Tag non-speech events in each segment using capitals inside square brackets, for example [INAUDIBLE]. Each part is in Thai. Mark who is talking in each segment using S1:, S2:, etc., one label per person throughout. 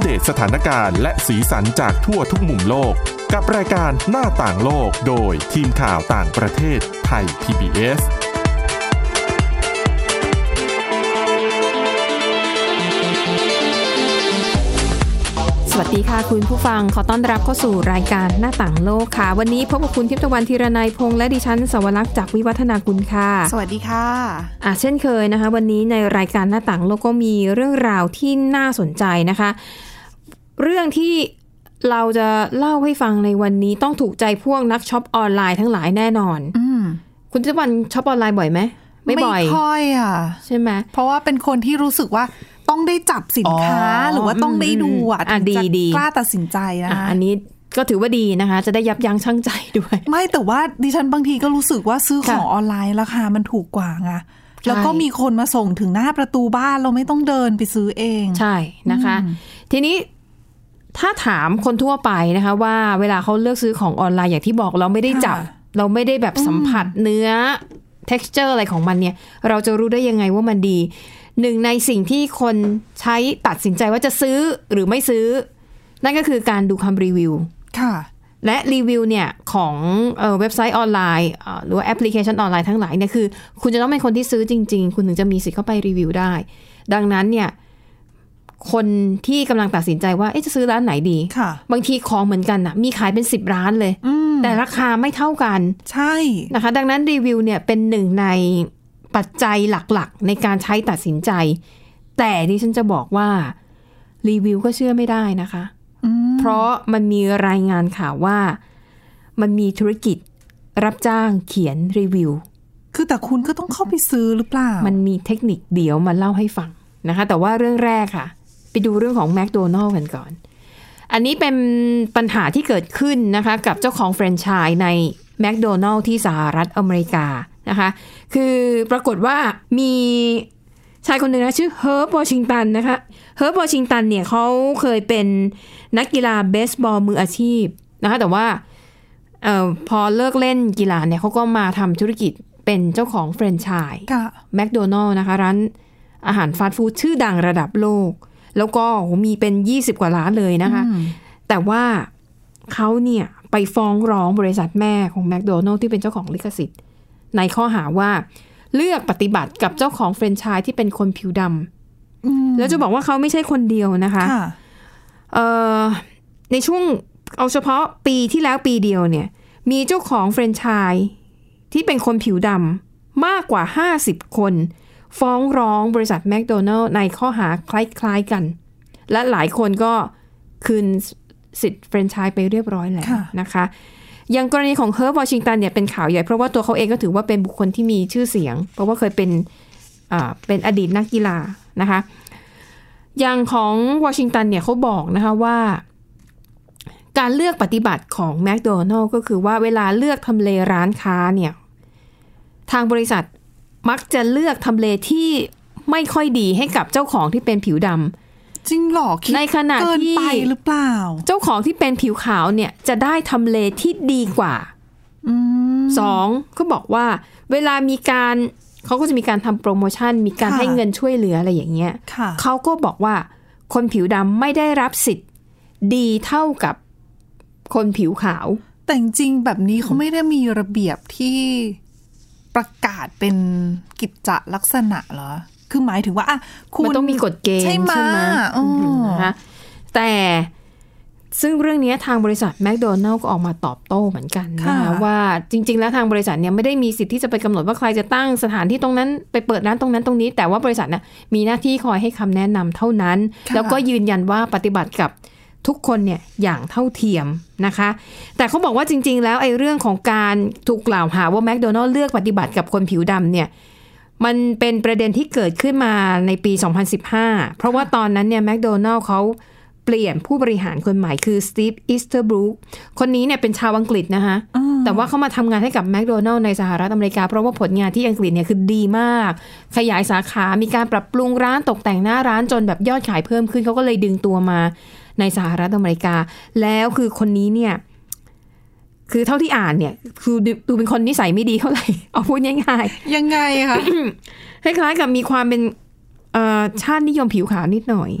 S1: เดตสถานการณ์และสีสันจากทั่วทุกมุมโลก กับรายการหน้าต่างโลกโดยทีมข่าวต่างประเทศไทย PBS
S2: สวัสดีค่ะคุณผู้ฟังขอต้อนรับเข้าสู่รายการหน้าต่างโลกค่ะ วันนี้พบกับคุณทิพย์ตะวันธีรนัยพงษ์และดิฉันสวรักษ์จากวิวัฒนาคุณค่ะ
S3: สวัสดีค่ะ
S2: อ่ะเช่นเคยนะคะ วันนี้ในรายการหน้าต่างโลกก็มีเรื่องราวที่น่าสนใจนะคะ เรื่องที่เราจะเล่าให้ฟังในวันนี้ต้องถูกใจพวกนักช็อปออนไลน์ทั้งหลายแน่นอน
S3: อืม
S2: คุณทิพย์ตะวันช็อปออนไลน์บ่อยไหมไม่บ่อย
S3: ค่อยอ่ะ
S2: ใช่ไหม
S3: เพราะว่าเป็นคนที่รู้สึกว่าต้องได้จับสินค้า
S2: อ๋อ
S3: หรือว่าต้องได้ดูอ่ะ
S2: อืมอ่ะ
S3: ถึงจะ
S2: ดีๆ
S3: กล้าตัดสินใจนะ
S2: อ่ะอันนี้ก็ถือว่าดีนะคะ จะได้ยับยั้งชั่งใจด้วย
S3: ไม่แต่ว่าดิฉันบางทีก็รู้สึกว่าซื้อของ
S2: ค่ะ
S3: ออนไลน์ราคามันถูกกว่าไงแล้วก็
S2: ใช่
S3: มีคนมาส่งถึงหน้าประตูบ้านเราไม่ต้องเดินไปซื้อเอง
S2: ใช่นะคะ ทีนี้ถ้าถามคนทั่วไปนะคะว่าเวลาเขาเลือกซื้อของออนไลน์อย่างที่บอกเราไม่ได้จับ
S3: ค่ะ
S2: เราไม่ได้แบบสัมผัสเนื้อ texture อะไรของมันเนี่ย เราจะรู้ได้ยังไงว่ามันดี หนึ่งในสิ่งที่คนใช้ตัดสินใจว่าจะซื้อหรือไม่ซื้อ นั่นก็คือการดูคำรีวิว
S3: ค่ะ
S2: และรีวิวเนี่ยของเอ่อเว็บไซต์ออนไลน์เอ่อหรือว่าแอปพลิเคชันออนไลน์ทั้งหลายเนี่ยคือ คุณจะต้องเป็นคนที่ซื้อจริง ๆ คุณถึงจะมีสิทธิ์เข้าไปรีวิวได้ ดังนั้นเนี่ยคนที่กำลังตัดสินใจว่าเอ๊ะจะซื้อร้านไหนดี
S3: ค่ะ
S2: บางทีของเหมือนกันนะมีขายเป็น 10 ร้านเลย
S3: อืม
S2: แต่ราคาไม่เท่ากัน
S3: ใช่
S2: นะคะ ดังนั้นรีวิวเนี่ยเป็นหนึ่งในปัจจัยหลักๆ ในการใช้ตัดสินใจ แต่ดิฉันจะบอกว่ารีวิวก็เชื่อไม่ได้นะคะ
S3: อืม
S2: เพราะมันมีรายงานข่าวว่ามันมีธุรกิจรับจ้างเขียนรีวิว
S3: คือแต่คุณก็ต้องเข้าไปซื้อหรือเปล่า
S2: มันมีเทคนิคเดี๋ยวมาเล่าให้ฟังนะคะ แต่ว่าเรื่องแรกค่ะ ไปดูเรื่องของแม d โดนัล s กันก่อน อันนี้เป็นปัญหาที่เกิดขึ้นนะคะ กับเจ้าของแฟรนไชส์ในแม d โดนัล s ที่สหรัฐอเมริกานะคะ คือปรากฏว่ามีชายคนหนึ่งนะชื่อเฮิร์บวอชิงตันนะคะเฮิร์บวอชิงตันเนี่ยเขาเคยเป็นนักกีฬาเบสบอลมืออาชีพนะคะ แต่ว่า เออพอเลิกเล่นกีฬาเนี่ยเขาก็มาทำธุรกิจเป็นเจ้าของแฟรนไชส์
S3: ค่ะ
S2: แมคโดนัลล์นะคะ ร้านอาหารฟาสต์ฟู้ดชื่อดังระดับโลก แล้วก็โหมีเป็น 20 กว่าร้านเลยนะคะ แต่ว่าเขาเนี่ยไปฟ้องร้องบริษัทแม่ของแมคโดนัลล์ที่เป็นเจ้าของลิขสิทธิ์ ในข้อหาว่าเลือกปฏิบัติกับเจ้าของแฟรนไชส์ที่เป็นคนผิวด
S3: อืม
S2: ำแล้วจะบอกว่าเขาไม่ใช่คนเดียวนะคะ
S3: ค่ะ
S2: เอ่อในช่วงเอาเฉพาะปีที่แล้วปีเดียวเนี่ย มีเจ้าของแฟรนไชส์ที่เป็นคนผิวดำมากกว่า 50 คน ฟ้องร้องบริษัทแมคโดนัลล์ในข้อหาคล้ายๆกัน และหลายคนก็คืนสิทธิ์แฟรนไชส์ไปเรียบร้อยแล้ว
S3: ค่ะ
S2: นะคะ อย่างกรณีของเฮิร์บวอชิงตันเนี่ยเป็นข่าวใหญ่ เพราะว่าตัวเขาเองก็ถือว่าเป็นบุคคลที่มีชื่อเสียง เพราะว่าเคยเป็นอ่าเป็นอดีตนักกีฬานะคะ อย่างของวอชิงตันเนี่ยเขาบอกนะคะว่า การเลือกปฏิบัติของแม d โดนัลก็คือว่าเวลาเลือกทำเลร้านค้าเนี่ย ทางบริษัทมักจะเลือกทำเลที่ไม่ค่อยดีให้กับเจ้าของที่เป็นผิวดำ
S3: จริงเหรอคิด
S2: ในขณะ
S3: เกิน
S2: ที่
S3: ไปหรือเปล่า
S2: เจ้าของที่เป็นผิวขาวเนี่ยจะได้ทำเลที่ดีกว่า
S3: อืม
S2: สองก็บอกว่าเวลามีการเขาก็จะมีการทำโปรโมชั่น มีการ
S3: ค่ะ
S2: ให้เงินช่วยเหลืออะไรอย่างเงี้ย
S3: ค่ะ
S2: เขาก็บอกว่าคนผิวดำไม่ได้รับสิทธิ์ดีเท่ากับคนผิวขาว
S3: แต่จริงๆแบบนี้เขาไม่ได้มีระเบียบที่ประกาศเป็นกิจจลักษณะเหรอ คือหมายถึงว่าอ่ะคุณ
S2: มันต้องมีกฎเกณฑ์
S3: ใช่
S2: ใช่
S3: ไห
S2: ไห
S3: ม
S2: ม
S3: อ๋ออื
S2: มนะคะแต่ซึ่งเรื่องเนี้ยทางบริษัทแม d โดนัลก็ออกมาตอบโต้เหมือนกันนะคะ
S3: ค่ะ
S2: ว่าจริง ๆ แล้วทางบริษัทเนี่ยไม่ได้มีสิทธิ์ที่จะไปกำหนดว่าใครจะตั้งสถานที่ตรงนั้นไปเปิดร้านตรงนั้นตรงนี้ แต่ว่าบริษัทน่ะมีหน้าที่คอยให้คำแนะนำเท่านั้น แล้วก็ยืนยันว่าปฏิบัติกับทุกคนเนี่ยอย่างเท่าเทียมนะคะ แต่เขาบอกว่าจริง ๆ แล้วไอ้เรื่องของการถูกกล่าวหาว่าแม d โดนัลเลือกปฏิบัติกับคนผิวดำเนี่ย มันเป็นประเด็นที่เกิดขึ้นมาในปี 2015 เพราะว่าตอนนั้นเนี่ยแมคโดนัลล์เขาเปลี่ยนผู้บริหารคนใหม่คือสตีฟอิสเตอร์บรูคคนนี้เนี่ยเป็นชาวอังกฤษนะคะแต่ว่าเขามาทำงานให้กับแมคโดนัลล์ในสหรัฐอเมริกา เพราะว่าผลงานที่อังกฤษเนี่ยคือดีมาก ขยายสาขา มีการปรับปรุงร้านตกแต่งหน้าร้านจนแบบยอดขายเพิ่มขึ้นเขาก็เลยดึงตัวมาในสหรัฐอเมริกา แล้วคือคนนี้เนี่ย คือเท่าที่อ่านเนี่ยคือดูดูเป็นคนนิสัยไม่ดีเท่าไห [LAUGHS] ร่เอาพูดง่ายๆ
S3: ยังไงคะ
S2: คล้ายๆกับมีความเป็นเอ่อชาตินิยมผิวขาวนิดหน่อย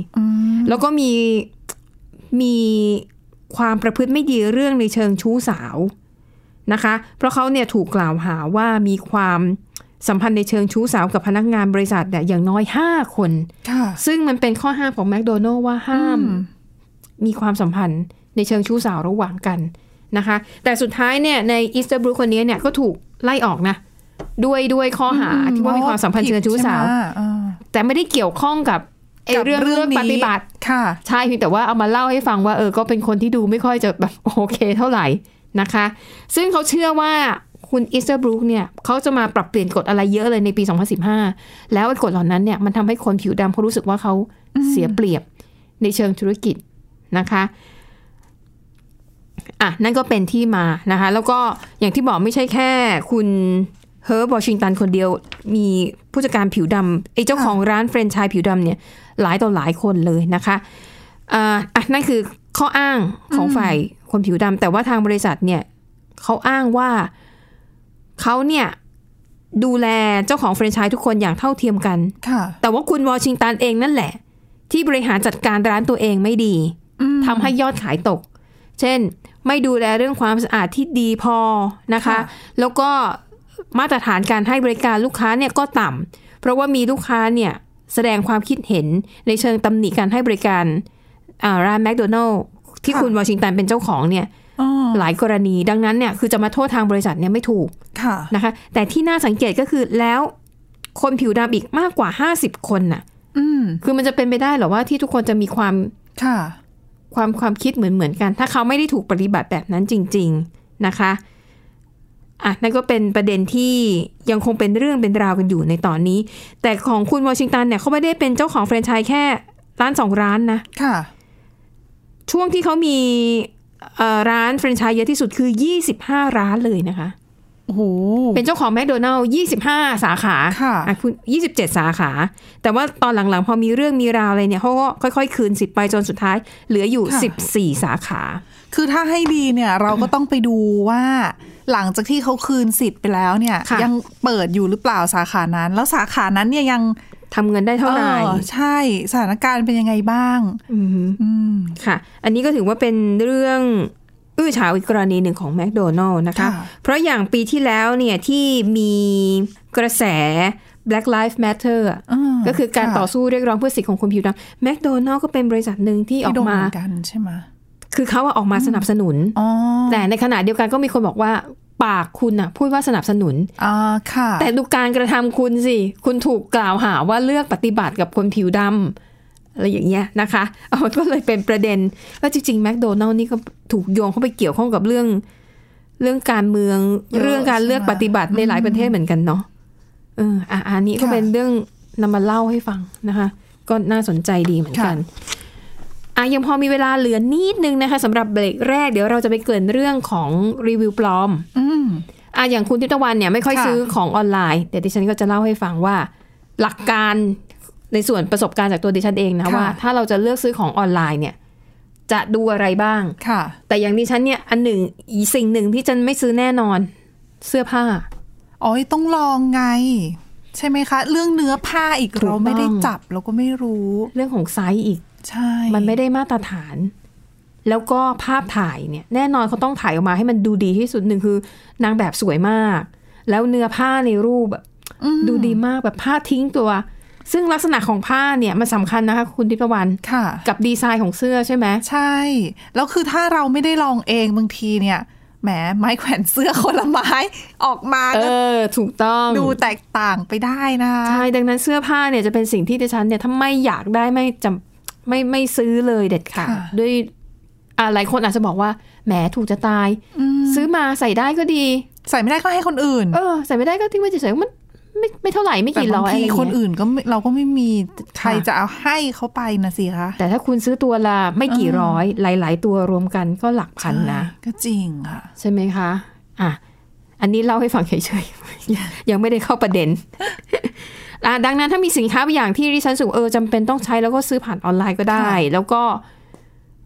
S2: แล้วก็มี มีความประพฤติไม่ดีเรื่องในเชิงชู้สาวนะคะ เพราะเขาเนี่ยถูกกล่าวหาว่ามีความสัมพันธ์ในเชิงชู้สาวกับพนักงานบริษัทเนี่ยอย่างน้อย 5 คน
S3: ค่ะ
S2: ซึ่งมันเป็นข้อห้ามของแมคโดนัลล์ว่าห้าม มีความสัมพันธ์ในเชิงชู้สาวระหว่างกันนะคะ แต่สุดท้ายเนี่ยในอีสเตอร์บรูคนนี้เนี่ยก็ถูกไล่ออกนะ ด้วยด้วยข้อหาที่ว่ามีความสัมพันธ์เชิงชู้สาว
S3: ใไหมอ่า
S2: แต่ไม่ได้เกี่ยวข้องกับไอ้
S3: กับ
S2: เรื่องเรื่องปฏิบัติ
S3: ค่ะ
S2: ใช่เพียงแต่ว่าเอามาเล่าให้ฟังว่าเออก็เป็นคนที่ดูไม่ค่อยจะแบบโอเคเท่าไหร่นะคะ ซึ่งเขาเชื่อว่าคุณอีสเตอร์บรูคเนี่ยเขาจะมาปรับเปลี่ยนกฎอะไรเยอะเลยในปี 2015 แล้วไอ้กฎเหล่านั้นเนี่ยมันทำให้คนผิวดำเขารู้สึกว่าเขาเสียเปรียบในเชิงธุรกิจนะคะอ่ะนั่นก็เป็นที่มานะคะ แล้วก็อย่างที่บอกไม่ใช่แค่คุณเฮอร์บวชิงตันคนเดียว มีผู้จัดการผิวดำไอ้เจ้าของร้านเฟรนไชส์ผิวดำเนี่ยหลายต่อหลายคนเลยนะคะ อ่าอ่ะนั่นคือข้ออ้างของฝ่ายคนผิวดำแต่ว่าทางบริษัทเนี่ยเขาอ้างว่าเขาเนี่ยดูแลเจ้าของแฟรนไชส์ทุกคนอย่างเท่าเทียมกัน
S3: ค่ะ
S2: แต่ว่าคุณวอชิงตันเองนั่นแหละ ที่บริหารจัดการร้านตัวเองไม่ดีทำให้ยอดขายตก เช่น ไม่ดูแลเรื่องความสะอาดที่ดีพอนะคะ
S3: ค่ะ
S2: แล้วก็มาตรฐานการให้บริการลูกค้าเนี่ยก็ต่ำเพราะว่ามีลูกค้าเนี่ยแสดงความคิดเห็นในเชิงตำหนิการให้บริการอ่าร้านแมคโดนัลล์ที่คุณวอชิงตันเป็นเจ้าของเนี่ย
S3: อ๋อ
S2: หลายกรณีดังนั้นเนี่ยคือจะมาโทษทางบริษัทเนี่ยไม่ถูก
S3: ค่ะ
S2: นะคะแต่ที่น่าสังเกตก็คือแล้วคนผิวดำอีกมากกว่า 50 คนน่ะ
S3: อืม
S2: คือมันจะเป็นไปได้เหรอว่าที่ทุกคนจะมีความ
S3: ค่ะ
S2: ความความคิดเหมือนเหมือนกัน ถ้าเขาไม่ได้ถูกปฏิบัติแบบนั้นจริง ๆนะคะอ่ะนั่นก็เป็นประเด็นที่ยังคงเป็นเรื่องเป็นราวกันอยู่ในตอนนี้ แต่ของคุณวอชิงตันเนี่ยเขาไม่ได้เป็นเจ้าของแฟรนไชส์แค่ร้านสองร้านนะ
S3: ค่ะ
S2: ช่วงที่เขามีเอ่อร้านแฟรนไชส์เยอะที่สุดคือ 25 ร้านเลยนะคะ
S3: โอ้โห
S2: เป็นเจ้าของแมคโดนัลล์25 สาขา
S3: ค่ะ
S2: อ่คุณ27 สาขา แต่ว่าตอนหลังๆ พอมีเรื่องมีราวอะไรเนี่ยเขาก็ค่อยๆ คืนสิทธิ์ไปจนสุดท้าย เหลืออยู่ 14 สาขา
S3: คือถ้าให้ดีเนี่ย เราก็ต้องไปดูว่า หลังจากที่เขาคืนสิทธิ์ไปแล้วเนี่ย
S2: ค่ะ
S3: ยังเปิดอยู่หรือเปล่าสาขานั้น แล้วสาขานั้นเนี่ยยัง
S2: ทำเงินได้เท่าไหร่
S3: ออใช่สถานการณ์เป็นยังไงบ้าง
S2: ม
S3: อืม
S2: ค่ะ อันนี้ก็ถือว่าเป็นเรื่องอื้อฉาวอีกกรณีหนึ่งของแมคโดนัลล์นะคะ
S3: ค่ะ
S2: เพราะอย่างปีที่แล้วเนี่ยที่มีกระแส Black Lives Matter อะ
S3: อ่า
S2: ก็คือการ
S3: ะ
S2: ต่อสู้เรียกร้องเพื่อสิทธิของคนผิวดำแมคโดนัลล์ก็เป็นบริษัทหนึ่งที่ออ
S3: ที่
S2: ก
S3: โดน
S2: มา
S3: เหมือนกันใช่ไหม
S2: คือเขาอะออกมาสนับสนุน
S3: อ๋อ
S2: แต่ในขณะเดียวกันก็มีคนบอกว่าปากคุณน่ะพูดว่าสนับสนุน
S3: อ่าค่ะ
S2: แต่ดูการกระทำคุณสิ คุณถูกกล่าวหาว่าเลือกปฏิบัติกับคนผิวดำอะไรอย่างเงี้ยนะคะเอามันก็เลยเป็นประเด็นแล้วจริงๆแมคโดนัลล์นี่ก็ถูกโยงเข้าไปเกี่ยวข้องกับเรื่อง เรื่องการเมือง
S3: เยอะ
S2: เรื่องการเลือก
S3: ใช่ไหม
S2: ปฏิบัติในหลายประเทศเหมือนกันเนาะเอออ่ะอันนี้ก็
S3: ค่ะ
S2: เป็นเรื่องนำมาเล่าให้ฟังนะคะ ก็น่าสนใจดีเหมือนกัน อ่ะยังพอมีเวลาเหลือนิดนึงนะคะสำหรับเบรกแรกเดี๋ยวเราจะไปเกรินเรื่องของรีวิวปลอม
S3: อืม
S2: อ่ะอย่างคุณทิพย์ตะวันเนี่ยไม่ค่อย
S3: ค่ะ
S2: ซื้อของออนไลน์ เดี๋ยวดิฉันก็จะเล่าให้ฟังว่า หลักการในส่วนประสบการณ์จากตัวดิฉันเองนะว่า ถ้าเราจะเลือกซื้อของออนไลน์เนี่ย จะดูอะไรบ้าง
S3: ค่ะ
S2: แต่อย่างดิฉันเนี่ยอันหนึ่งอีสิ่งหนึ่งที่ฉันไม่ซื้อแน่นอนเสื้อผ้า
S3: อ๋อต้องลองไง ใช่ไหมคะ เรื่องเนื้อผ้าอีก
S2: ถูกต้
S3: เรา
S2: อง
S3: ไม่ได้จับเราก็ไม่รู้
S2: เรื่องของไซส์อีก
S3: ใช่
S2: มันไม่ได้มาตรฐาน แล้วก็ภาพถ่ายเนี่ย แน่นอนเขาต้องถ่ายออกมาให้มันดูดีที่สุดหนึ่งคือนางแบบสวยมาก แล้วเนื้อผ้าในรูปแบบ
S3: อืม
S2: ดูดีมากแบบผ้าทิ้งตัว ซึ่งลักษณะของผ้าเนี่ยมันสำคัญนะคะคุณทิพวรรณ
S3: ค่ะ
S2: กับดีไซน์ของเสื้อใช่ไหม
S3: ใช่ แล้วคือถ้าเราไม่ได้ลองเองบางทีเนี่ย แหมไม้แขวนเสื้อคนละไม้ ออกมา
S2: เอ
S3: ก็
S2: อ ถูกต้อง
S3: ดูแตกต่างไปได้นะ
S2: ใช่ ดังนั้นเสื้อผ้าเนี่ยจะเป็นสิ่งที่ดิฉันเนี่ยถ้าไม่อยากได้ไม่จำไม่ไม่ซื้อเลยเด็ดขาดด้วยอ่ะหลายคนอาจจะบอกว่าแหมถูกจะตาย
S3: อืม
S2: ซื้อมาใส่ได้ก็ดี
S3: ใส่ไม่ได้ก็ให้คนอื่น
S2: เออใส่ไม่ได้ก็ทิ้งไว้เฉยๆมันไม่ไม่เท่าไหร่ไม่
S3: แต่
S2: กี่
S3: บา
S2: ร้
S3: ง
S2: อยอะ
S3: ที
S2: ไร
S3: คน
S2: เงี้ย
S3: อื่นก็ไม่เราก็ไม่มีใคร
S2: ค่ะ
S3: จะเอาให้เขาไปนะสิคะ
S2: แต่ถ้าคุณซื้อตัวละไม่กี่ร้อย หลาย ๆ ตัวรวมกันก็หลักพันนะ
S3: ใช่ก็จริงค่ะ
S2: ใช่ไหมคะอ่ะอันนี้เล่าให้ฟังเฉยๆ [LAUGHS] ยังไม่ได้เข้าประเด็นอ่ะดังนั้นถ้ามีสินค้าบางอย่างที่ดิฉันรู้สูเออจำเป็นต้องใช้แล้วก็ซื้อผ่านออนไลน์ก็ได้ แล้วก็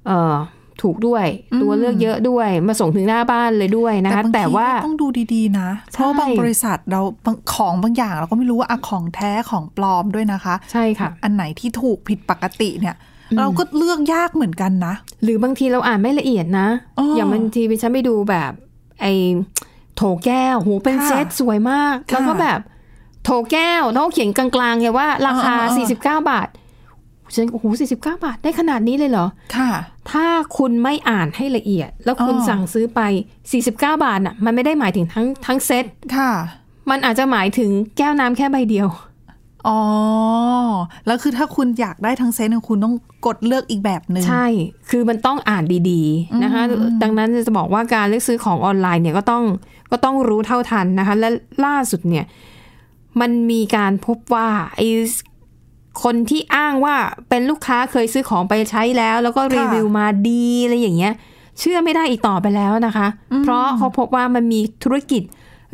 S2: เออถูกด้วย ตัวเลือกเยอะด้วย มาส่งถึงหน้าบ้านเลยด้วยนะคะ
S3: บงที
S2: แต่ว่า
S3: ก็ต้องดูดีๆ นะ
S2: ใช่
S3: เพราะบางบริษัทเราบางของบางอย่างเราก็ไม่รู้ว่าอะของแท้ของปลอมด้วยนะคะ
S2: ใช่ค่ะ
S3: อันไหนที่ถูกผิดปกติเนี่ย เราก็เลือกยากเหมือนกันนะ
S2: หรือบางทีเราอ่านไม่ละเอียดนะ
S3: อ๋ออย่าง
S2: บางทีดิฉันไปดูแบบไอ้โถแก้วโหเป็น
S3: ค่ะ
S2: เซตสวยมาก
S3: ค่ะ
S2: แล้วก็แบบโถแก้วแล้วเขาเขียนกลางๆไงว่า ราคา
S3: อ๋ออ๋ออ๋อ
S2: 49 บาทฉันโอ้โห49 บาทได้ขนาดนี้เลยเหรอ
S3: ค่ะ
S2: ถ้าคุณไม่อ่านให้ละเอียด แล้วคุณ
S3: อ๋อ
S2: สั่งซื้อไป 49 บาทน่ะมันไม่ได้หมายถึงทั้งทั้งเซต
S3: ค่ะ
S2: มันอาจจะหมายถึงแก้วน้ำแค่ใบเดียว
S3: อ๋อ แล้วคือถ้าคุณอยากได้ทั้งเซตเนี่ยคุณต้องกดเลือกอีกแบบหนึ่ง
S2: ใช่ คือมันต้องอ่านดีๆนะคะ
S3: อืม
S2: ดังนั้นจะบอกว่าการเลือกซื้อของออนไลน์เนี่ยก็ต้องก็ต้องรู้เท่าทันนะคะ และล่าสุดเนี่ยมันมีการพบว่าไอคนที่อ้างว่าเป็นลูกค้าเคยซื้อของไปใช้แล้ว แล้วก็รีวิวมาดีอะไรอย่างเงี้ย เชื่อไม่ได้อีกต่อไปแล้วนะคะ เพราะเขาพบว่ามันมีธุรกิจ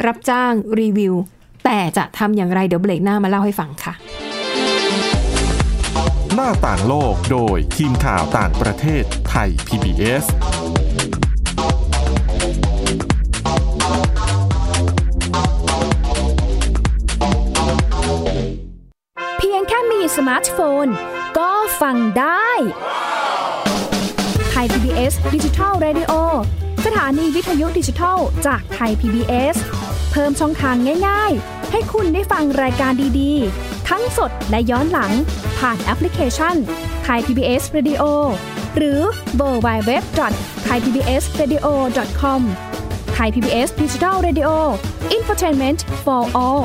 S2: รับจ้างรีวิว แต่จะทำอย่างไรเดี๋ยวเบรกหน้ามาเล่าให้ฟังค่ะ
S1: หน้าต่างโลกโดยทีมข่าวต่างประเทศไทย PBS
S4: เพียงแค่มีสมาร์ทโฟน ก็ฟังได้ไทย PBS ดิจิทัล Radio สถานีวิทยุดิจิทัลจากไทย PBS เพิ่มช่องทางง่าย ๆ ให้คุณได้ฟังรายการดีๆ ทั้งสดและย้อนหลัง ผ่านแอปพลิเคชันไทย PBS Radio หรือเวอร์บายเว็บไทยพีบีเอสเรดิโอ .com ไทย PBS ดิจิทัล Radio Infotainment for all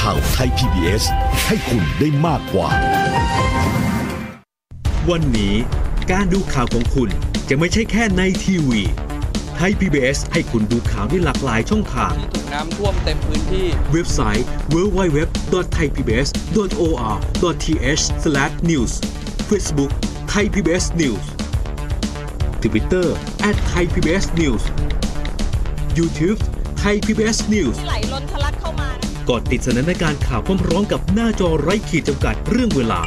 S5: ข่าวไทย PBS ให้คุณได้มากกว่า
S6: วันนี้การดูข่าวของคุณจะไม่ใช่แค่ในทีวีไทย PBS ให้คุณดูข่าวได้หลากหลายช่องทาง
S7: ถูกน้ำท่วมเต็มพื้นที่
S6: เว็บไซต์ www.thaipbs.or.th/news Facebook Thai PBS News Twitter @thaipbsnews YouTube Thai PBS News
S8: ไหลล้นทะลักเข้ามา
S6: กดติดสนันในการข่าวพร้อมร้องกับหน้าจอไร้ขีดจำกัดเรื่องเวลา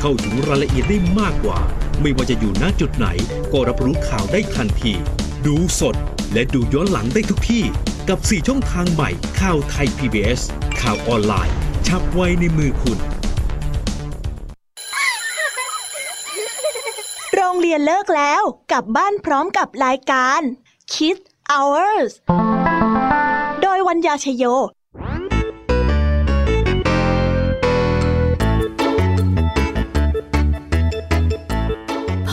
S6: เข้าถึงรายละเอียดได้มากกว่า ไม่ว่าจะอยู่ณจุดไหน ก็รับรู้ข่าวได้ทันที ดูสดและดูย้อนหลังได้ทุกที่ กับ 4 ช่องทางใหม่ข่าวไทย PBS ข่าวออนไลน์ ชับไว้ในมือคุณ
S9: โรงเรียนเลิกแล้วกลับบ้านพร้อมกับรายการ Kids Hours โดยวัญญาชยโย
S10: พ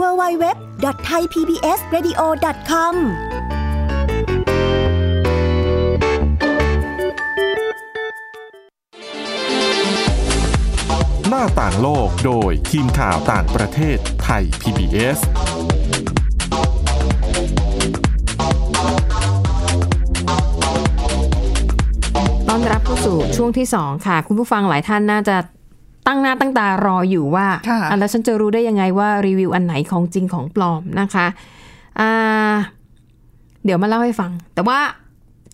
S10: www.thaipbsradio.com
S1: หน้าต่างโลกโดยทีมข่าวต่างประเทศไทย PBS
S2: ต้อนรับเข้าสู่ช่วงที่ 2 ค่ะ คุณผู้ฟังหลายท่านน่าจะตั้งหน้าตั้งตารออยู่ว่า
S3: ค่ะ
S2: อ่ะแล้วฉันจะรู้ได้ยังไงว่ารีวิวอันไหนของจริงของปลอมนะคะอ่าเดี๋ยวมาเล่าให้ฟัง แต่ว่า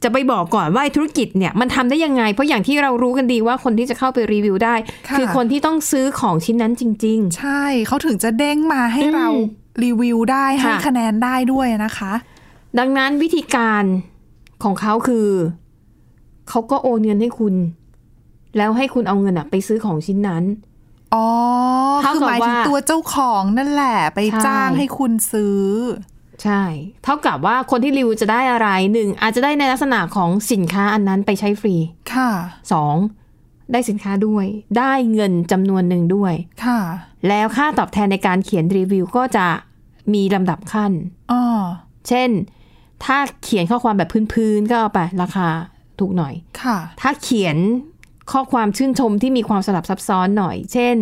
S2: จะไปบอกก่อนว่าไอ้ธุรกิจเนี่ยมันทำได้ยังไง เพราะอย่างที่เรารู้กันดีว่าคนที่จะเข้าไปรีวิวได้
S3: ค่ะ
S2: คือคนที่ต้องซื้อของชิ้นนั้นจริง ๆ
S3: ใช่เขาถึงจะเด้งมาให้
S2: อืม
S3: เรารีวิวได้ให้
S2: ค่ะ
S3: คะแนนได้ด้วยนะคะ
S2: ดังนั้นวิธีการของเขาคือ เขาก็โอนเงินให้คุณ แล้วให้คุณเอาเงินอะไปซื้อของชิ้นนั้น
S3: อ๋อ
S2: เท่า
S3: คือ
S2: กับ
S3: หมายถึง
S2: ว่า
S3: ตัวเจ้าของนั่นแหละ ไป
S2: ใช่
S3: จ้างให้คุณซื้อ
S2: ใช่ เท่ากับว่าคนที่รีวิวจะได้อะไรหนึ่งอาจจะได้ในลักษณะของสินค้าอันนั้นไปใช้ฟรี
S3: ค่ะ
S2: สองได้สินค้าด้วย ได้เงินจำนวนหนึ่งด้วย
S3: ค่ะ
S2: แล้วค่าตอบแทนในการเขียนรีวิวก็จะมีลำดับขั้น
S3: อ๋อ
S2: เช่น ถ้าเขียนข้อความแบบพื้นๆก็เอาไปราคาถูกหน่อย
S3: ค่ะ
S2: ถ้าเขียนข้อความชื่นชมที่มีความสลับซับซ้อนหน่อย เช่น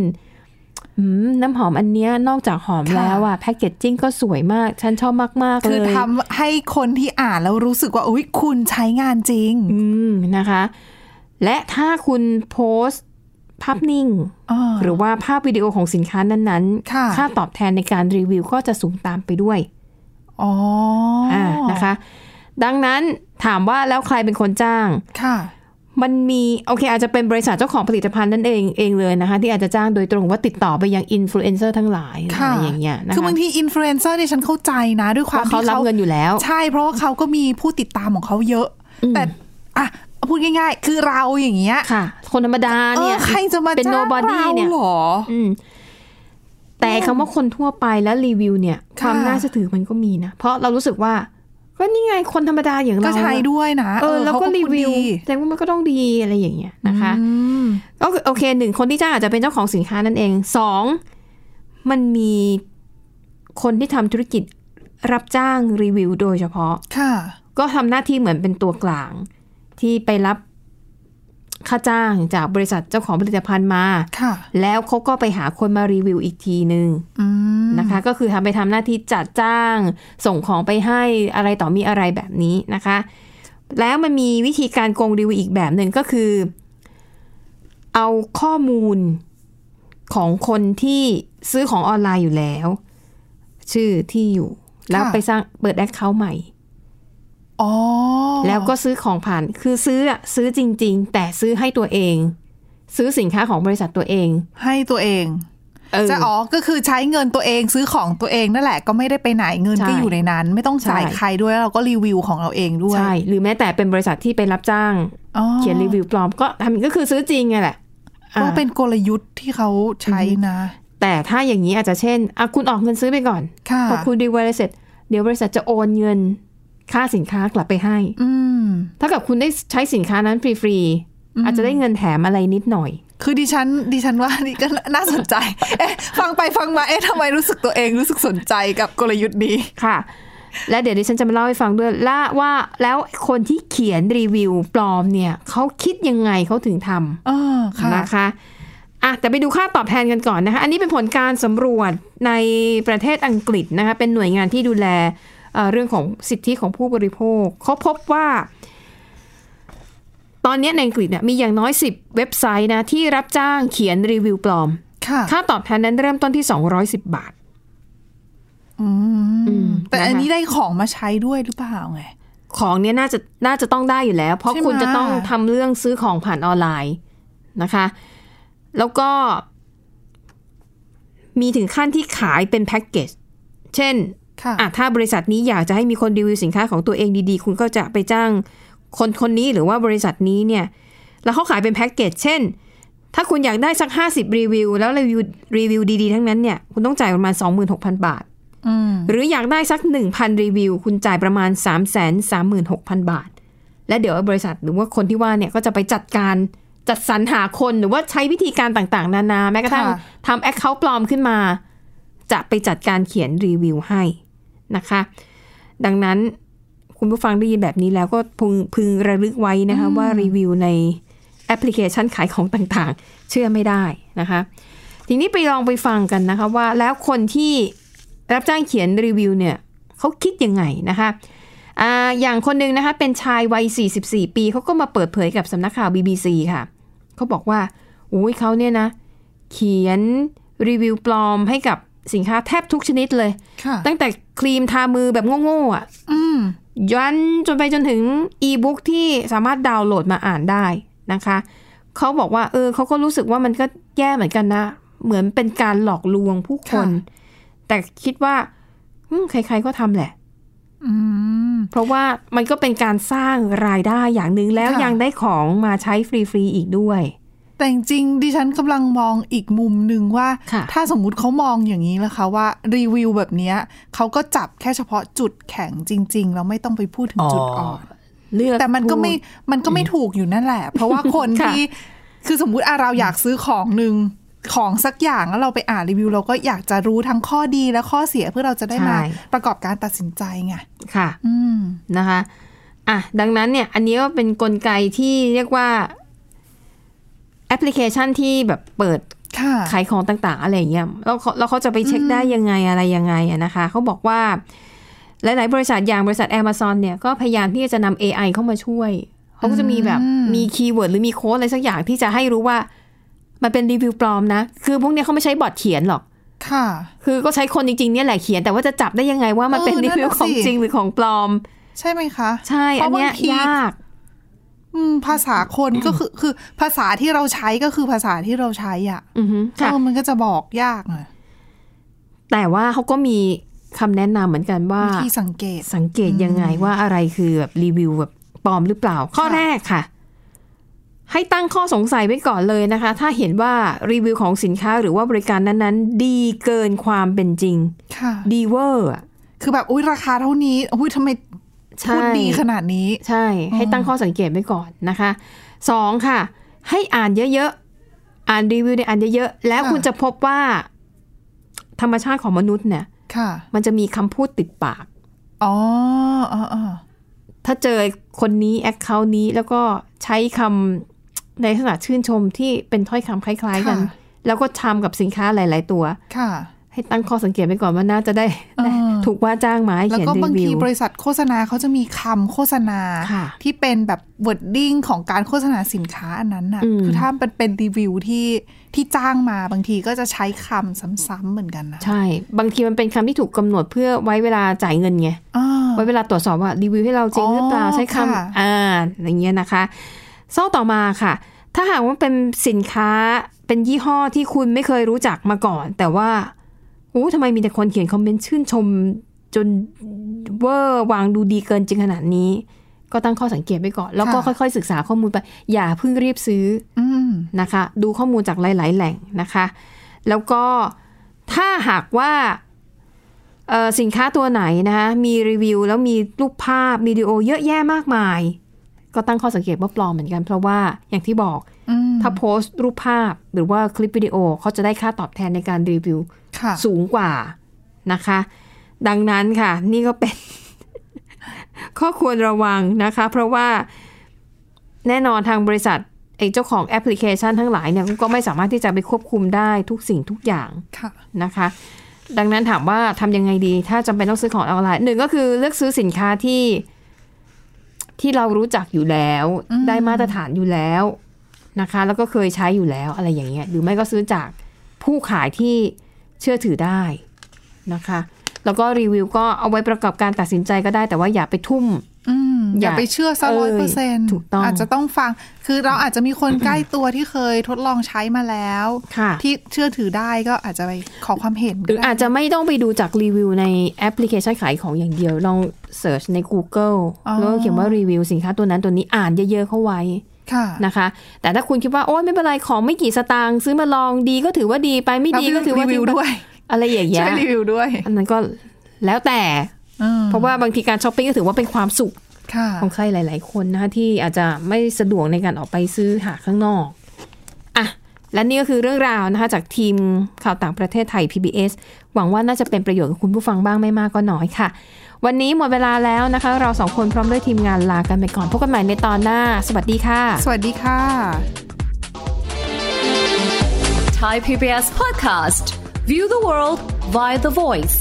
S2: หืมน้ำหอมอันเนี้ยนอกจากหอม
S3: ค่ะ
S2: แล้วอะแพคเกจจิ้งก็สวยมาก ฉันชอบมาก ๆ เลย
S3: คือทำให้คนที่อ่านแล้วรู้สึกว่าอุ้ยคุณใช้งานจริง
S2: อืมนะคะ และถ้าคุณโพสต์ภาพนิ่ง
S3: อ๋อ
S2: หรือว่าภาพวิดีโอของสินค้านั้น
S3: ค่ะ
S2: ค่าตอบแทนในการรีวิวก็จะสูงตามไปด้วย
S3: อ๋ออ่า
S2: อ่านะคะ ดังนั้นถามว่าแล้วใครเป็นคนจ้าง
S3: ค่ะ
S2: มันมีโอเคอาจจะเป็นบริษัทเจ้าของผลิตภัณฑ์นั่นเองเองเลยนะคะ ที่อาจจะจ้างโดยตรงว่าติดต่อไปยังอินฟลูเอนเซอร์ทั้งหลายอะ
S3: ค่ะ
S2: ไรอย่างเงี้ยนะคะ
S3: คือบางทีอินฟลูเอนเซอร์เนี่ยฉันเข้าใจนะ ด้วยความ
S2: ว่าเขา
S3: ที่
S2: รับเงินอยู่แล้ว
S3: ใช่เพราะว่าเขาก็มีผู้ติดตามของเขาเยอะ แต่อ่ะพูดง่ายๆ คือเราอย่างเงี้ย
S2: ค่ะ คนธรรมดา
S3: เอ
S2: เนี่
S3: อย ใครจะมา
S2: เป็น
S3: จ้าง
S2: nobody
S3: เรา
S2: เนี่ย
S3: หรอ
S2: อืมแต่คำว่าคนทั่วไปและรีวิวเนี่ย
S3: ค่ะ
S2: ความน่าเชื่อถือมันก็มีนะ เพราะเรารู้สึกว่าก็นี่ไงคนธรรมดาอย่างเรา
S3: ก็ใช้ด้วยนะ
S2: เออแล้ว
S3: ขา
S2: ก็รี
S3: พูด
S2: วิว
S3: ดี
S2: แต่ว่ามันก็ต้องดีอะไรอย่างเงี้ยนะคะ
S3: อืม
S2: ก็คือโอเคหนึ่งคนที่จ้างอาจจะเป็นเจ้าของสินค้านั่นเองสองมันมีคนที่ทำธุรกิจรับจ้างรีวิวโดยเฉพาะ
S3: ค่ะ
S2: ก็ทำหน้าที่เหมือนเป็นตัวกลาง ที่ไปรับค่าจ้างจากบริษัทเจ้าของผลิตภัณฑ์มา
S3: ค่ะ
S2: แล้วเขาก็ไปหาคนมารีวิวอีกทีหนึ่ง
S3: อืม
S2: นะคะ ก็คือทำไปทำหน้าที่จัดจ้าง ส่งของไปให้อะไรต่อมีอะไรแบบนี้นะคะ แล้วมันมีวิธีการโกงรีวิวอีกแบบหนึ่งก็คือ เอาข้อมูลของคนที่ซื้อของออนไลน์อยู่แล้ว ชื่อที่อยู่ แล้วไปสร้างเปิดแอคเคาท์ใหม่
S3: อ๋อ
S2: แล้วก็ซื้อของผ่าน คือซื้ออะซื้อจริง ๆ แต่ซื้อให้ตัวเอง ซื้อสินค้าของบริษัทตัวเอง
S3: ให้ตัวเอง
S2: เออ
S3: จะอ๋อก็คือใช้เงินตัวเองซื้อของตัวเองนั่นแหละก็ไม่ได้ไปไหนเงิน
S2: ใช่
S3: ก็อยู่ในนั้น ไม่ต้องจ่าย
S2: ใช่
S3: ใครด้วยแล้วเราก็รีวิวของเราเองด้วย
S2: ใช่ หรือแม้แต่เป็นบริษัทที่ไปรับจ้าง
S3: อ๋อ
S2: เขียนรีวิวปลอมก็ทำก็คือซื้อจริงไงแหละ
S3: ก็
S2: อ่า
S3: เป็นกลยุทธ์ที่เขาใช้นะ
S2: แต่ถ้าอย่างนี้อาจจะเช่นอ่ะคุณออกเงินซื้อไปก่อน
S3: ค่ะ
S2: พอคุณดีลไวเสร็จ เดี๋ยวบริษัทจะโอนเงินค่าสินค้ากลับไปให้
S3: อืม
S2: ถ้ากับคุณได้ใช้สินค้านั้นฟรี
S3: อื
S2: ๆ
S3: ม
S2: อาจจะได้เงินแถมอะไรนิดหน่อย
S3: คือดิฉันดิฉันว่านี่ก็น่าสนใจ [LAUGHS] เอ๊ะฟังไปฟังมาเอ๊ะทำไมรู้สึกตัวเองรู้สึกสนใจกับกลยุทธ์นี้
S2: ค่ะ และเดี๋ยวดิฉันจะมาเล่าให้ฟังด้วยละว่าแล้วคนที่เขียนรีวิวปลอมเนี่ยเขาคิดยังไงเขาถึงทำ
S3: เออค่ะ
S2: นะคะอ่ะแต่ไปดูค่าตอบแทนกันก่อนนะคะ อันนี้เป็นผลการสำรวจในประเทศอังกฤษนะคะ เป็นหน่วยงานที่ดูแลเอ่อเรื่องของสิทธิของผู้บริโภค เขาพบว่า ตอนนี้ในอังกฤษเนี่ยมีอย่างน้อย 10 เว็บไซต์นะที่รับจ้างเขียนรีวิวปลอม
S3: ค่ะ
S2: ค่าตอบแทนนั้นเริ่มต้นที่ 210 บาท
S3: อื
S2: อื
S3: ม
S2: ม
S3: แต่อัน
S2: นะคะ
S3: นี้ได้ของมาใช้ด้วยหรือเปล่าไง
S2: ของเนี้ยน่าจะน่าจะต้องได้อยู่แล้ว เพราะ
S3: ใช่ไหม
S2: คุณจะต้องทำเรื่องซื้อของผ่านออนไลน์นะคะ แล้วก็ มีถึงขั้นที่ขายเป็นแพ็กเกจเช่น
S3: ค่ะ
S2: อ่ะถ้าบริษัทนี้อยากจะให้มีคนรีวิวสินค้าของตัวเองดีๆ คุณก็จะไปจ้างคนคนนี้หรือว่าบริษัทนี้เนี่ย แล้วเขาขายเป็นแพ็กเกจเช่น ถ้าคุณอยากได้สัก 50 รีวิว แล้วรีวิวรีวิวดีๆทั้งนั้นเนี่ยคุณต้องจ่ายประมาณ 26,000 บาท
S3: อืม
S2: หรืออยากได้สัก 1,000 รีวิว คุณจ่ายประมาณ 3 3 6 0 0 0 บาท และเดี๋ยวบริษัทหรือว่าคนที่ว่าเนี่ยก็จะไปจัดการจัดสรรหาคนหรือว่าใช้วิธีการต่างๆ นานาแม้กระทั่งทำแอคเคาท์ปลอมขึ้นมา จะไปจัดการเขียนรีวิวให้นะคะ ดังนั้นคุณผู้ฟังได้ยินแบบนี้แล้วก็พึงพึงระลึกไว้นะคะว่ารีวิวในแอปพลิเคชันขายของต่างๆ เชื่อไม่ได้นะคะ ทีนี้ไปลองไปฟังกันนะคะว่าแล้วคนที่รับจ้างเขียนรีวิวเนี่ยเขาคิดยังไงนะคะอ่าอย่างคนหนึ่งนะคะเป็นชายวัย 44 ปีเขาก็มาเปิดเผยกับสำนักข่าว BBC ค่ะเขาบอกว่าอุ้ยเขาเนี่ยนะ เขียนรีวิวปลอมให้กับสินค้าแทบทุกชนิดเลย
S3: ค่ะ
S2: ตั้งแต่ครีมทามือแบบโง่ๆอ่ะ
S3: อืม
S2: ยันจนไปจนถึงอีบุ๊กที่สามารถดาวน์โหลดมาอ่านได้นะคะเขาบอกว่าเออเขาก็รู้สึกว่ามันก็แย่เหมือนกันนะ เหมือนเป็นการหลอกลวงผู้คน แต่คิดว่าอืมใครๆก็ทำแหละ
S3: อืม
S2: เพราะว่ามันก็เป็นการสร้างรายได้อย่างหนึ่งแล้ว
S3: ค่ะ
S2: ยังได้ของมาใช้ฟรีๆอีกด้วย
S3: แต่จริงๆดิฉันกำลังมองอีกมุมหนึ่งว่า ถ้าสมมุติเขามองอย่างนี้นะคะว่ารีวิวแบบเนี้ยเขาก็จับแค่เฉพาะจุดแข็งจริง ๆ แล้วไม่ต้องไปพูดถึงจุดอ่อน
S2: เลือก
S3: แต่มันก็ไม่มันก็ไม่ถูกอยู่นั่นแหละ เพราะว่าคน
S2: ค่ะ
S3: ที่คือสมมุติอะเราอยากซื้อของหนึ่งของสักอย่างแล้วเราไปอ่านรีวิว เราก็อยากจะรู้ทั้งข้อดีและข้อเสียเพื่อเราจะได้มา
S2: ใช่
S3: ประกอบการตัดสินใจไง
S2: ค่ะ
S3: อืม
S2: นะคะ อ่ะ ดังนั้นเนี่ย อันนี้ก็เป็นกลไกที่เรียกว่าแอปพลิเคชันที่แบบเปิดขายของต่าง ๆ อะไรอย่างเงี้ย แล้วเขาแล้วเขาจะไปเช็คได้ยังไงอะไรยังไงอะนะคะ เขาบอกว่า หลาย ๆ บริษัทอย่างบริษัท Amazon เนี่ย ก็พยายามที่จะนำ AI เข้ามาช่วย เขาก็จะมีแบบ มีคีย์เวิร์ดหรือมีโค้ดอะไรสักอย่างที่จะให้รู้ว่า มันเป็นรีวิวปลอมนะ คือพวกเนี้ยเขาไม่ใช้บอทเขียนหรอก
S3: ค่ะ
S2: คือก็ใช้คนจริง ๆ เนี่ยแหละเขียน แต่ว่าจะจับได้ยังไงว่ามันเป็น
S3: เออนั่
S2: รี
S3: น
S2: วิว
S3: น่ะ
S2: ของ
S3: สิ
S2: จริงหรือของปลอม
S3: ใช่ไหมคะ
S2: ใช่ อันเนี้ย
S3: เพราะบางที
S2: ยาก
S3: อืม ภาษาคนก็คือคือภาษาที่เราใช้ก็คือภาษาที่เราใช้อ่ะ
S2: อือฮึค่ะ
S3: เออมันก็จะบอกยากหน่อย
S2: แต่ว่าเขาก็มีคำแนะนำเหมือนกันว่า
S3: วิธีสังเกต
S2: สังเกตยังไงว่าอะไรคือแบบรีวิวแบบปลอมหรือเปล่า ข้อแรกค่ะ ให้ตั้งข้อสงสัยไว้ก่อนเลยนะคะ ถ้าเห็นว่ารีวิวของสินค้าหรือว่าบริการนั้นๆ ดีเกินความเป็นจริง
S3: ค่ะ
S2: ดีเวอร์อะ
S3: คือแบบอุ้ยราคาเท่านี้อุ้ยทำไม
S2: ใช่
S3: พูดดีขนาดนี้
S2: ใช่ ให้ตั้งข้อสังเกตไว้ก่อนนะคะสองค่ะ ให้อ่านเยอะๆ อ่านรีวิวเนี่ยอ่านเยอะๆ แล้วคุณจะพบว่า ธรรมชาติของมนุษย์เนี่ย
S3: ค่ะ
S2: มันจะมีคำพูดติดปาก
S3: อ๋ออ๋ออ๋อ
S2: ถ้าเจอคนนี้แอคเคาท์นี้แล้วก็ใช้คำในลักษณะชื่นชมที่เป็นถ้อยคำคล้าย ๆ กัน แล้วก็ทำกับสินค้าหลาย ๆ ตัว
S3: ค่ะ
S2: ให้ตั้งข้อสังเกตไปก่อนว่าน่าจะได้ [LAUGHS]
S3: เออ
S2: ถูกว่าจ้างมาให้
S3: แล้ว
S2: เขียน
S3: ก็
S2: รี
S3: บาง
S2: วิ
S3: ที
S2: ว
S3: บริษัทโฆษณาเขาจะมีคำโฆษณา
S2: ค่ะ
S3: ที่เป็นแบบวอร์ดดิ้งของการโฆษณาสินค้าอันนั้นน่ะ
S2: อืม
S3: คือถ้ามันเป็นรีวิวที่ที่จ้างมาบางทีก็จะใช้คำซ้ำๆเหมือนกันนะ
S2: ใช่ บางทีมันเป็นคำที่ถูกกำหนดเพื่อไว้เวลาจ่ายเงินไง
S3: อ่า
S2: ไว้เวลาตรวจสอบว่ารีวิวให้เราจริงหรือเปล่า
S3: อ๋อ
S2: ใช้ค
S3: ค่ะ
S2: ำอ่าอย่างเงี้ยนะคะซ่อต่อมาค่ะ ถ้าหากว่าเป็นสินค้าเป็นยี่ห้อที่คุณไม่เคยรู้จักมาก่อน แต่ว่าอู้ทำไมมีแต่คนเขียนคอมเมนต์ชื่นชม จนเวอร์วางดูดีเกินจริงขนาดนี้ ก็ตั้งข้อสังเกตไว้ก่อน แล้วก็ค่อยๆ ศึกษาข้อมูลไป อย่าเพิ่งรีบซื้อ
S3: อืม
S2: นะคะดูข้อมูลจากหลาย ๆ แหล่งนะคะ แล้วก็ถ้าหากว่าเอ่อสินค้าตัวไหนนะคะมีรีวิว แล้วมีรูปภาพวิดีโอเยอะแยะมากมาย ก็ตั้งข้อสังเกตว่าปลอมเหมือนกัน เพราะว่าอย่างที่บอก
S3: อืม
S2: ถ้าโพสต์รูปภาพหรือว่าคลิปวิดีโอเขาจะได้ค่าตอบแทนในการรีวิว
S3: ค่ะ
S2: สูงกว่านะคะ ดังนั้นค่ะนี่ก็เป็น [LAUGHS] ข้อควรระวังนะคะ เพราะว่าแน่นอนทางบริษัทไอ้เจ้าของแอปพลิเคชันทั้งหลายเนี่ยก็ไม่สามารถที่จะไปควบคุมได้ทุกสิ่งทุกอย่าง
S3: ค่ะ
S2: นะคะ ดังนั้นถามว่าทำยังไงดี ถ้าจำเป็นต้องซื้อของออนไลน์หนึ่งก็คือเลือกซื้อสินค้าที่ที่เรารู้จักอยู่แล้ว ได้มาตรฐานอยู่แล้วนะคะ แล้วก็เคยใช้อยู่แล้วอะไรอย่างเงี้ยหรือไม่ก็ซื้อจากผู้ขายที่ เชื่อถือได้นะคะ แล้วก็รีวิวก็เอาไว้ประกอบการตัดสินใจก็ได้แต่ว่าอย่าไปทุ่ม
S3: อืมอ
S2: อ
S3: ย่า
S2: ย่า
S3: ไปเชื่อซะ
S2: เอ่
S3: ร้อย
S2: ย
S3: เปอร์เซ็นต์
S2: ถูกต้อง
S3: จจะต้องฟัง คือเราอาจจะมีคนใกล้ตัวที่เคยทดลองใช้มาแล้ว
S2: ค่ะ
S3: ที่เชื่อถือได้ก็อาจจะไปขอความเห็น
S2: หรืออาจจะไม่ต้องไปดูจากรีวิวในแอปพลิเคชันขายของอย่างเดียว ลองเสิร์ชใน Google แล้วก็เขียนว่ารีวิวสินค้าตัวนั้นตัวนี้อ่านเยอะๆเข้าไว้
S3: ค่ะ
S2: นะคะ แต่ถ้าคุณคิดว่า โอ๊ยไม่เป็นไรของไม่กี่สตางค์ซื้อมาลองดีก็ถือว่าดีไปไม่ดีก็ถือว่า
S3: รีวิว
S2: ทิ้งไป
S3: ด้วย
S2: อะไรอย่างเงี้ย
S3: ช่วยรีวิวด้วย
S2: อันนั้นก็แล้วแต่
S3: อืม
S2: เพราะว่าบางทีการช้อปปิ้งก็ถือว่าเป็นความสุข
S3: ค่ะ
S2: ของใครหลาย ๆ คนนะคะที่อาจจะไม่สะดวกในการออกไปซื้อหาข้างนอกอ่ะและนี่ก็คือเรื่องราวนะคะจากทีมข่าวต่างประเทศไทย PBS หวังว่าน่าจะเป็นประโยชน์กับคุณผู้ฟังบ้างไม่มากก็น้อยค่ะ วันนี้หมดเวลาแล้วนะคะ เราสองคนพร้อมด้วยทีมงานลากันไปก่อนพบกันใหม่ในตอนหน้า สวัสดีค่ะ
S3: สวัสดีค่ะ
S11: Thai PBS podcast. View the world via the voice.